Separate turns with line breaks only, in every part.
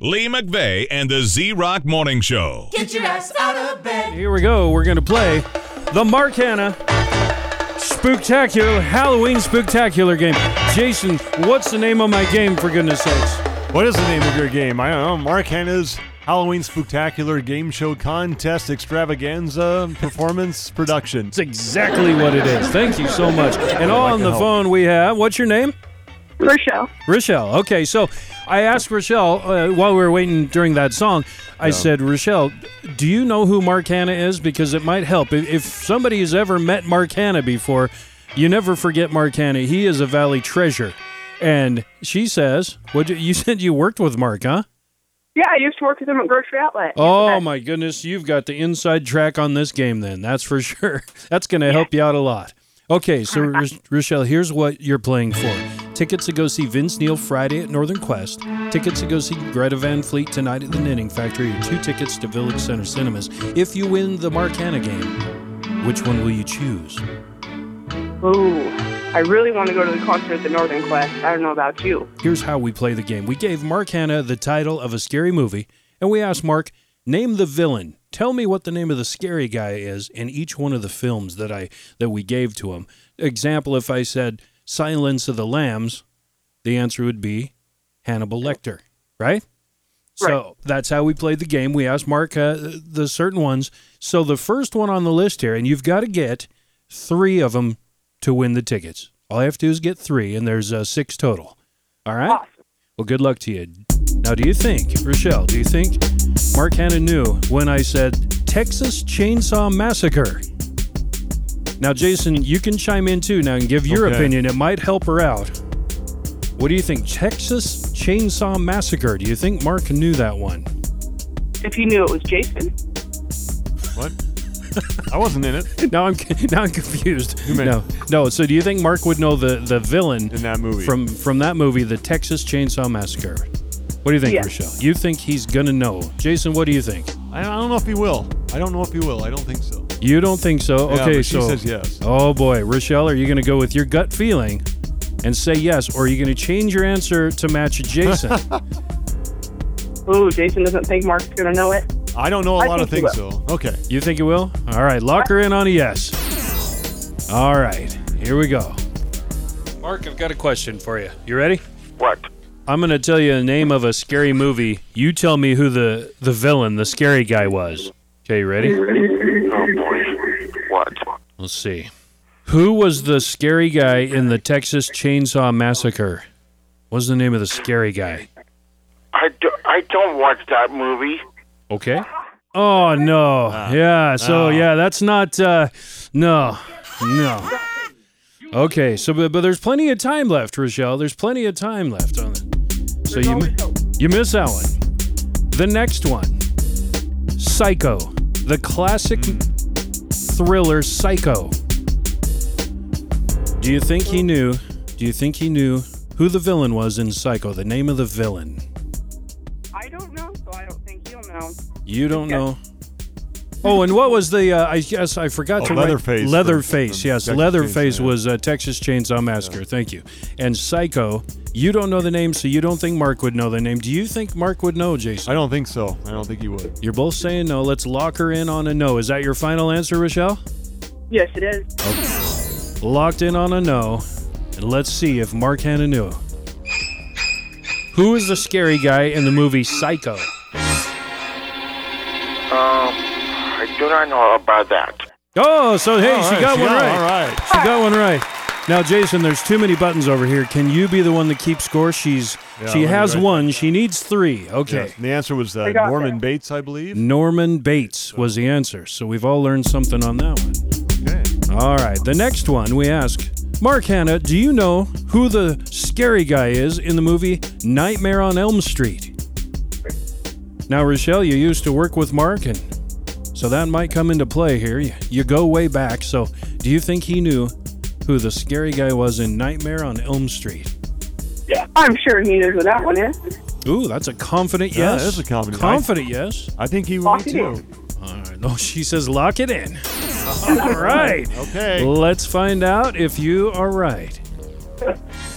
Lee McVeigh and the Z Rock Morning Show.
Get your ass out of bed.
Here we go. We're going to play the Mark Hanna Spooktacular Halloween Spooktacular game. Jason, what's the name of my game, for goodness sakes?
What is the name of your game? I don't know. Mark Hanna's Halloween Spooktacular Game Show Contest Extravaganza Performance Production.
It's exactly what it is. Thank you so much. And on the phone we have, what's your name?
Rochelle.
Rochelle. Okay, so I asked Rochelle uh, while we were waiting during that song. I said, Rochelle, do you know who Mark Hanna is? Because it might help. If, if somebody has ever met Mark Hanna before, you never forget Mark Hanna. He is a Valley treasure. And she says, "What you, you said you worked with Mark, huh?
Yeah, I used to work with him at Grocery Outlet.
Oh my goodness, you've got the inside track on this game. Then that's for sure. That's going to help you out a lot. Okay, so Ro- Rochelle, here's what you're playing for: tickets to go see Vince Neil Friday at Northern Quest, tickets to go see Greta Van Fleet tonight at the Knitting Factory, and two tickets to Village Center Cinemas. If you win the Marcana game, which one will you choose? Oh.
Ooh, I really want to go to the concert at the Northern Quest. I don't know about you.
Here's how we play the game. We gave Mark Hanna the title of a scary movie, and we asked Mark, name the villain. Tell me what the name of the scary guy is in each one of the films that I that we gave to him. Example, if I said Silence of the Lambs, the answer would be Hannibal Lecter, right? So that's how we played the game. We asked Mark uh, the certain ones. So the first one on the list here, and you've got to get three of them to win the tickets. All I have to do is get three, and there's uh, six total. All right.
Awesome.
Well, good luck to you. Now, do you think, Rochelle, do you think Mark Hanna knew when I said Texas Chainsaw Massacre? Now, Jason, you can chime in too now and give your
Okay.
opinion. It might help her out. What do you think? Texas Chainsaw Massacre. Do you think Mark knew that one?
If you knew it was Jason.
What? I wasn't in it
Now I'm now I'm confused.
mean-
No, no. So do you think Mark would know the the villain
in that movie.
from from that movie, The Texas Chainsaw Massacre? What do you think,
Yes.
Rochelle? You think he's gonna know? Jason, what do you think?
I, I don't know if he will. I don't know if he will. I don't think so.
You don't think so?
Yeah,
okay,
but she
so
says yes.
Oh boy, Rochelle, are you going to go with your gut feeling and say yes, or are you going to change your answer to match Jason?
Ooh, Jason doesn't think Mark's going to know it.
I don't know a
I
lot of
think
things
he
so. Okay.
you think it will? All right, lock her in on a yes. All right, here we go. Mark, I've got a question for you. You ready?
What?
I'm going to tell you the name of a scary movie. You tell me who the the villain, the scary guy was. Okay, you ready?
Oh boy. What?
Let's see. Who was the scary guy in the Texas Chainsaw Massacre? What's the name of the scary guy?
I, do, I don't watch that movie.
Okay. Oh no. yeah. So yeah, that's not. Uh, no. No. Okay. So but, but there's plenty of time left, Rochelle. There's plenty of time left on it. So you mi- you miss that one. The next one, Psycho, the classic
Hmm.
thriller Psycho. Do you think he knew? Do you think he knew who the villain was in Psycho? The name of the villain.
I don't know, so I don't think he'll know.
You don't know. Oh, and what was the? Uh, I guess I forgot
Oh,
to write-
Leatherface
Leatherface,
from- from
yes.
Texas
Leatherface
Chainsaw, yeah.
was uh, Texas Chainsaw Massacre. Thank you. And Psycho. You don't know the name, so you don't think Mark would know the name. Do you think Mark would know, Jason?
I don't think so. I don't think he would.
You're both saying no. Let's lock her in on a no. Is that your final answer, Rochelle?
Yes, it is.
Locked in on a no. And let's see if Mark Hanna knew. Who is the scary guy in the movie Psycho?
Um, I do not know about that.
Oh, so hey,
All
she got one right.
All right.
She got one right. Now, Jason, there's too many buttons over here. Can you be the one to keep score? She's she
Yeah, let me
has
write
one. She needs three. Okay.
Yes, and the answer was uh,
I got
Norman
that.
Bates, I
Mm-hmm.
believe.
Norman Bates was the answer. So we've all learned something on that one.
Okay.
All right. The next one we ask Mark Hanna, do you know who the scary guy is in the movie Nightmare on Elm Street? Now, Rochelle, you used to work with Mark, and so that might come into play here. You, you go way back. So, do you think he knew who the scary guy was in Nightmare on Elm Street?
I'm sure he knows what that one is.
Ooh, that's a confident
Yeah,
yes.
that is a confident-
Confident yes.
I think he would
Lock it
too.
All right. No, she says lock it in. All right.
Okay.
Let's find out if you are right.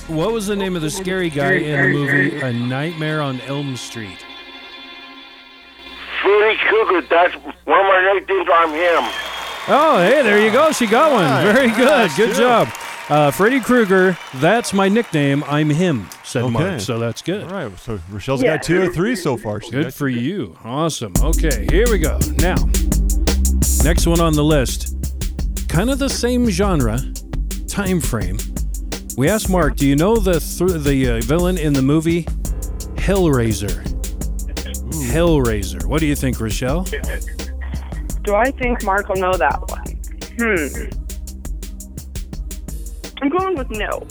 What was the name of the scary guy in the movie A Nightmare on Elm Street?
Freddy Cougar. That's one of my new things on him.
Oh, hey, there you go. She got one.
Alright,
Very good.
nice,
Good
good.
job. Uh, Freddy Krueger, that's my nickname. I'm him, said
Okay.
Mark. So that's good.
All right, so Rochelle's
Yeah.
got two or three so far. She's
Good
got-
for you. Awesome. Okay, here we go. Now, next one on the list. Kind of the same genre, time frame. We asked Mark, do you know the thr the uh, villain in the movie Hellraiser? Hellraiser. What do you think, Rochelle?
Do I think Mark will know that one? Hmm. I'm going with no.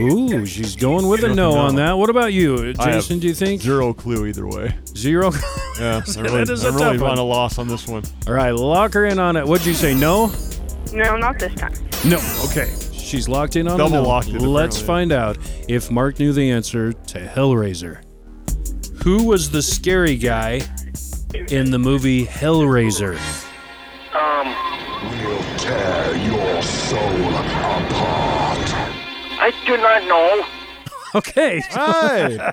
Ooh, she's going with a no on that. What about you,
I have
Jason? Do you think
Zero clue either way.
zero?
Yeah, I really,
is
I
a
really
tough one.
run a loss on this one.
All right, lock her in on it. What'd you say? No?
No, not this time.
No. Okay. She's locked in on
Double
a no.
locked it,
Let's
apparently.
find out if Mark knew the answer to Hellraiser. Who was the scary guy in the movie Hellraiser?
Um,
tear your soul apart.
I do not know.
Okay.
Hi,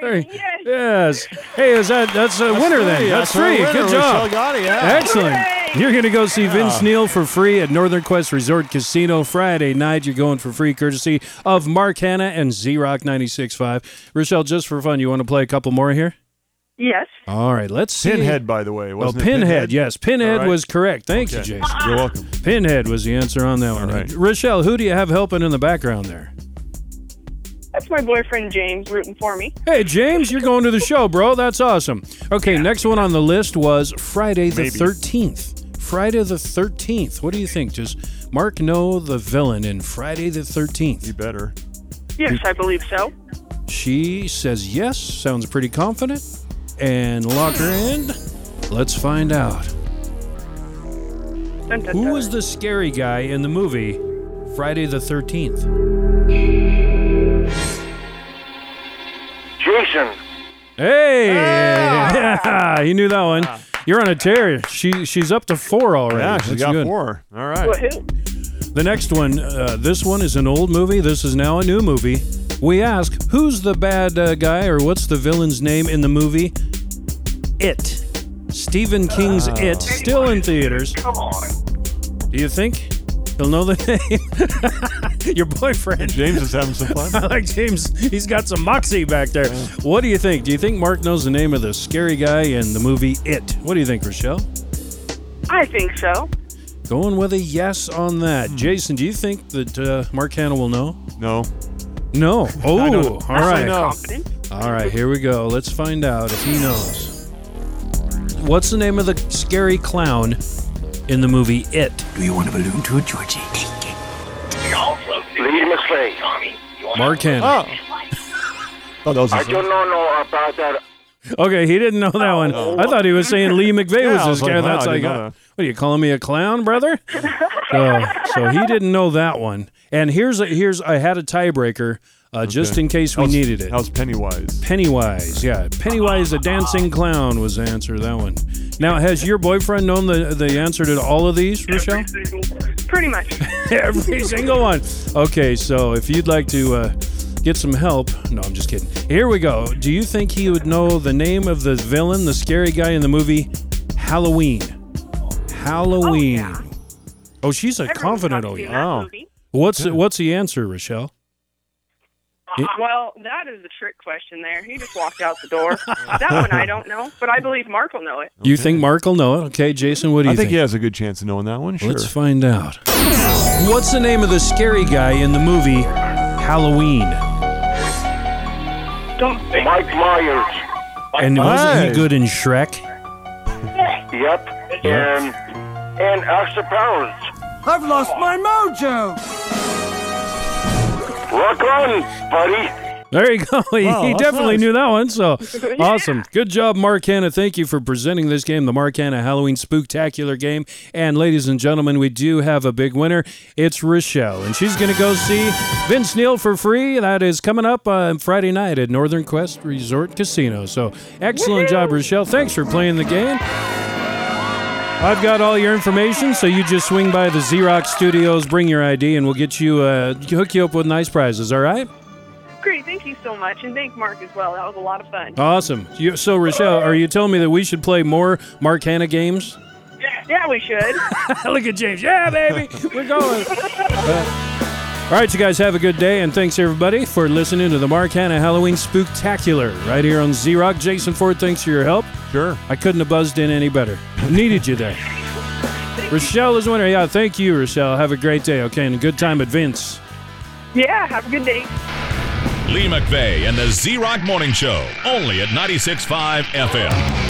Sorry. Yes.
yes. Hey, is that that's a winner then? That's three. Good job.
got it.
Excellent.
Hooray!
You're going to go see Vince Neal for free at Northern Quest Resort Casino Friday night. You're going for free courtesy of Mark Hanna and Z Rock 96.5. Rochelle, just for fun, you want to play a couple more here?
Yes.
All right, let's see.
Pinhead, by the way.
Oh,
Wasn't it
Pinhead, yes. Pinhead
All right.
was correct. Thank you,
Okay.
Jason.
You're welcome.
Pinhead was the answer on that one.
right.
Rochelle, who do you have helping in the background there?
That's my boyfriend James rooting for me.
Hey, James, you're going to the show, bro. That's awesome. Okay, next one on the list was Friday the
Maybe.
13th. Friday the 13th. What do you think? Does Mark know the villain in Friday the 13th?
You better.
Yes, I believe so.
She says yes, sounds pretty confident. And lock her in. Let's find out.
Dun, dun,
Who
dun.
was the scary guy in the movie Friday the 13th?
Jason.
Hey,
Ah!
yeah, you knew that one. You're on a tear. She she's up to four already.
Yeah, she
That's
got
good.
four. All right.
Woohoo.
The next one. Uh, this one is an old movie. This is now a new movie. We ask, who's the bad uh, guy or what's the villain's name in the movie? It. Stephen King's
Ah.
It, still in theaters.
Come on.
Do you think he'll know the name? Your boyfriend.
James is having some
I
fun.
like James. He's got some moxie back there. What do you think? Do you think Mark knows the name of the scary guy in the movie It? What do you think, Rochelle?
I think so.
Going with a yes on
Hmm.
that. Jason, do you think that uh, Mark Hanna will know?
No.
No. Oh,
don't know.
all right.
No.
Confident.
All right, here we go. Let's find out if he knows. What's the name of the scary clown in the movie It?
Lady McFly.
Mark Hanna.
Oh. Oh, that was
I
his-
don't know no, about that.
Okay, he didn't know that one. I thought he was saying Lee McVeigh
Oh. Yeah,
was
I
this guy.
was like, wow,
That's
I
like,
didn't know
uh,
that.
what are you calling me a clown, brother? so, so he didn't know that one. And here's a, here's I had a tiebreaker uh, just
Okay.
in case
that
we
was-
needed it.
That was Pennywise.
Pennywise, yeah, Pennywise, the dancing clown was the answer to that one. Now, has your boyfriend known the the answer to all of these, Rochelle?
Pretty much.
Every single one. Okay, so if you'd like to uh, get some help, no, I'm just kidding. Here we go. Do you think he would know the name of the villain, the scary guy in the movie Halloween? Halloween.
yeah.
Oh, she's a confident. Oh, yeah.
Uh,
What's what's the answer, Rochelle?
Well, that is the trick question there. He just walked out the door. that one I don't know, but I believe Mark will know it.
You think Mark will know it? Okay, Jason, what do
I
you
think he has a good chance of knowing that one. Sure.
Let's find out. What's the name of the scary guy in the movie Halloween?
Don't think.
Mike Myers.
And wasn't he
Nice.
good in Shrek?
Yep. And and Extra Powers.
I've lost my mojo.
Rock on, buddy.
There you go. He,
Wow,
he
that's
definitely
nice.
knew that one. So awesome. Good job, Mark Hanna. Thank you for presenting this game, the Mark Hanna Halloween Spooktacular game. And ladies and gentlemen, we do have a big winner. It's Rochelle, and she's going to go see Vince Neil for free. That is coming up on Friday night at Northern Quest Resort Casino. So excellent job, Rochelle. Thanks for playing the game. I've got all your information, so you just swing by the Xerox Studios, bring your ID, and we'll get you uh, hook you up with nice prizes. All right.
Great. thank you so much, and thank Mark as well. That was a lot of fun.
Awesome. You, so, Rochelle, are you telling me that we should play more Mark Hanna games?
Yeah, we should.
Look at James. Yeah, baby. We're going. all right, you guys have a good day, and thanks everybody for listening to the Mark Hanna Halloween Spooktacular right here on Z Rock. Jason Ford, thanks for your help.
Sure.
I couldn't have buzzed in any better. Needed you there. Rochelle is the winner. Yeah, thank you, Rochelle. Have a great day, okay, and a good time at Vince.
yeah, have a good day.
Lee McVeigh and the Z Rock Morning Show, only at 96.5 FM.